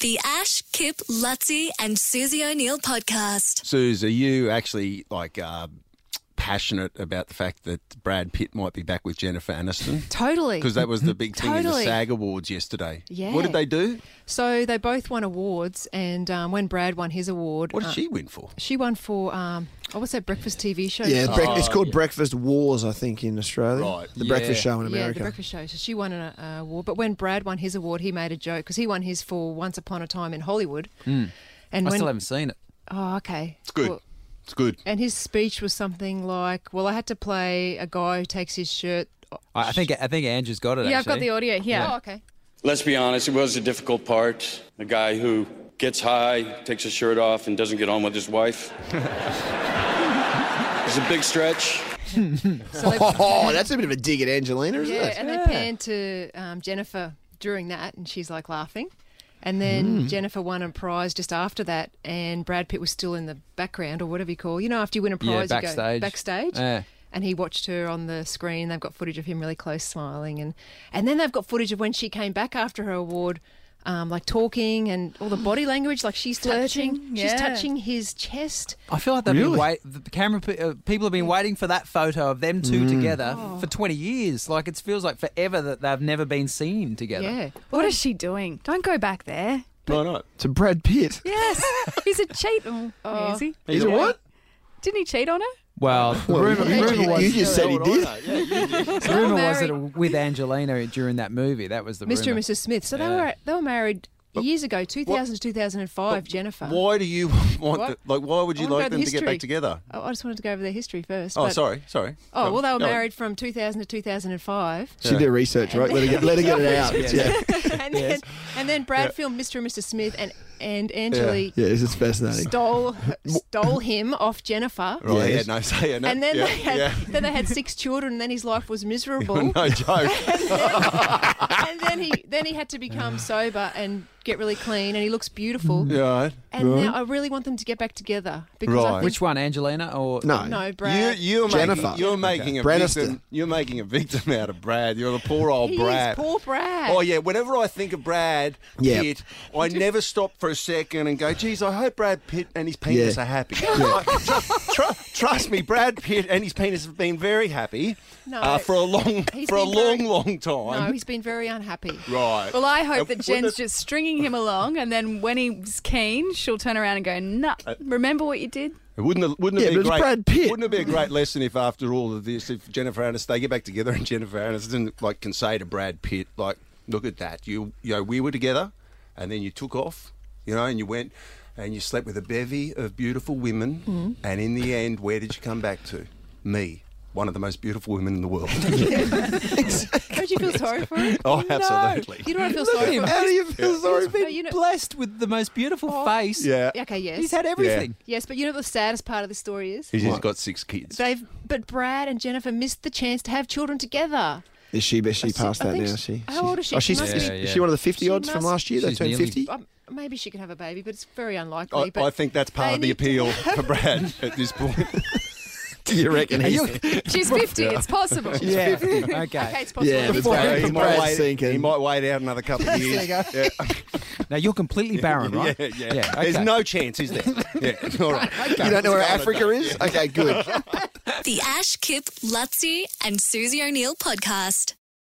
The Ash, Kip, Lutzi, and Susie O'Neill podcast. Suze, are you actually like uh, passionate about the fact that Brad Pitt might be back with Jennifer Aniston? Totally. Because that was the big thing in the Totally. SAG Awards yesterday. Yeah. What did they do? So they both won awards, and um, when Brad won his award, What did uh, she win for? she won for um, oh, what's that breakfast TV show? Yeah, She- break- it's called Breakfast Wars, I think, in Australia. Right, The yeah. Breakfast Show in yeah, the America. breakfast show. So she won an uh, award, but when Brad won his award, he made a joke because he won his for Once Upon a Time in Hollywood, and I when still haven't seen it. oh okay, It's good. Well, it's good. and his speech was something like, "Well, I had to play a guy who takes his shirt." I, I think I think Andrew's got it. Yeah, I've actually. got the audio here. Oh, okay. Let's be honest, it was a difficult part. The guy who gets high, takes his shirt off, and doesn't get on with his wife. it's a big stretch. So they, Oh, that's a bit of a dig at Angelina, isn't yeah, it? and they panned to um, Jennifer during that, and she's like laughing. And Hmm. then Jennifer won a prize just after that, and Brad Pitt was still in the background or whatever you call. You know, after you win a Yeah, prize, you go backstage. backstage. Yeah. And he watched her on the screen. They've got footage of him really close, smiling, and and then they've got footage of when she came back after her award, um, like talking and all the body language, like she's touching, Flirting, yeah. she's touching his chest. I feel like they've been wait. The camera pe- uh, people have been waiting for that photo of them Mm. two together Oh. for twenty years. Like it feels like forever that they've never been seen together. Yeah, What is she doing? Don't go back there. Why not? To Brad Pitt. Yes. He's a cheat. Oh, is he? He's a what? Didn't he cheat on her? Well, the Well, rumor, you, rumor you- was, you just said he did. the rumor was that it was with Angelina during that movie. That was the Mr. rumor. and Mrs. Smith. So they Yeah. were they were married years ago, two thousand to two thousand and five. Jennifer. Why do you want What? the, like? Why would you I wanna like know the them to get back history. together? Oh, I just wanted to go over their history first. Oh, but- sorry, sorry. Oh, well, they were No. married from 2000 to 2005. She did her research, right? Let her get, let her get it out. Yeah, and, then, and then Brad filmed Mr. and Mrs. Smith, and, and Angelique yeah this is fascinating. stole, stole him off Jennifer. Right, Yes. yeah, no, say it. No, And then, yeah, they had, yeah. then they had six children, and then his life was miserable. no joke. and then he then he had to become sober and get really clean, and he looks beautiful. yeah, right. And now I really want them to get back together because I Right. think, Which one, Angelina or No. no, You, Brad, you're Jennifer. making, you're making a Braniston. victim. You're making a victim out of Brad. You're the poor old He is Brad. poor Brad. Oh yeah. Whenever I think of Brad Yeah. Pitt, I never stop for a second and go, "Geez, I hope Brad Pitt and his penis Yeah. are happy." Tru- tru- trust me, Brad Pitt and his penis have been very happy No. uh, for a long, He's for a been long, very- long no, time. he's been very unhappy. right. Well, I And hope that wouldn't Jen's it- just stringing him along, and then when he's keen, she'll turn around and go, "No, Uh, remember what you did." Wouldn't it, wouldn't it Yeah, be but it's great? Brad Pitt. Wouldn't it be a great lesson if after all of this, if Jennifer Aniston they get back together and Jennifer Aniston like can say to Brad Pitt, like, look at that, you you know we were together, and then you took off, you know, and you went and you slept with a bevy of beautiful women, and in the end, where did you come back to? Me, one of the most beautiful women in the world. Don't you feel sorry for him? oh, absolutely. You know what I feel Look at sorry him. for? How do you feel sorry? He's been No, you know- Oh. blessed with the most beautiful face. Yeah, Yeah, Okay, yes. He's had everything. yes, but you know what the saddest part of the story is? he's just got six kids. They've but Brad and Jennifer missed the chance to have children together. Is she, but she passed I that think now. she- She, how old is she? Oh, She she's must is be- she one of the 50 She odds from must- last year? They She's turned nearly- 50? Um, maybe she could have a baby, but it's very unlikely. I, but I think that's part they of the need to- appeal for Brad at this point. Do you reckon Are he's... you- She's fifty. It's possible. yeah. okay. Okay, it's possible. Yeah, that's Before right. he he, can might Brad wait, sinking. he might wait out another couple of years. Yeah. Now you're completely barren, right? Yeah, yeah. okay. There's no chance, is there? yeah. All right. You don't know where Africa is? Okay, good. The Ash, Kip, Lutzi, and Susie O'Neill podcast.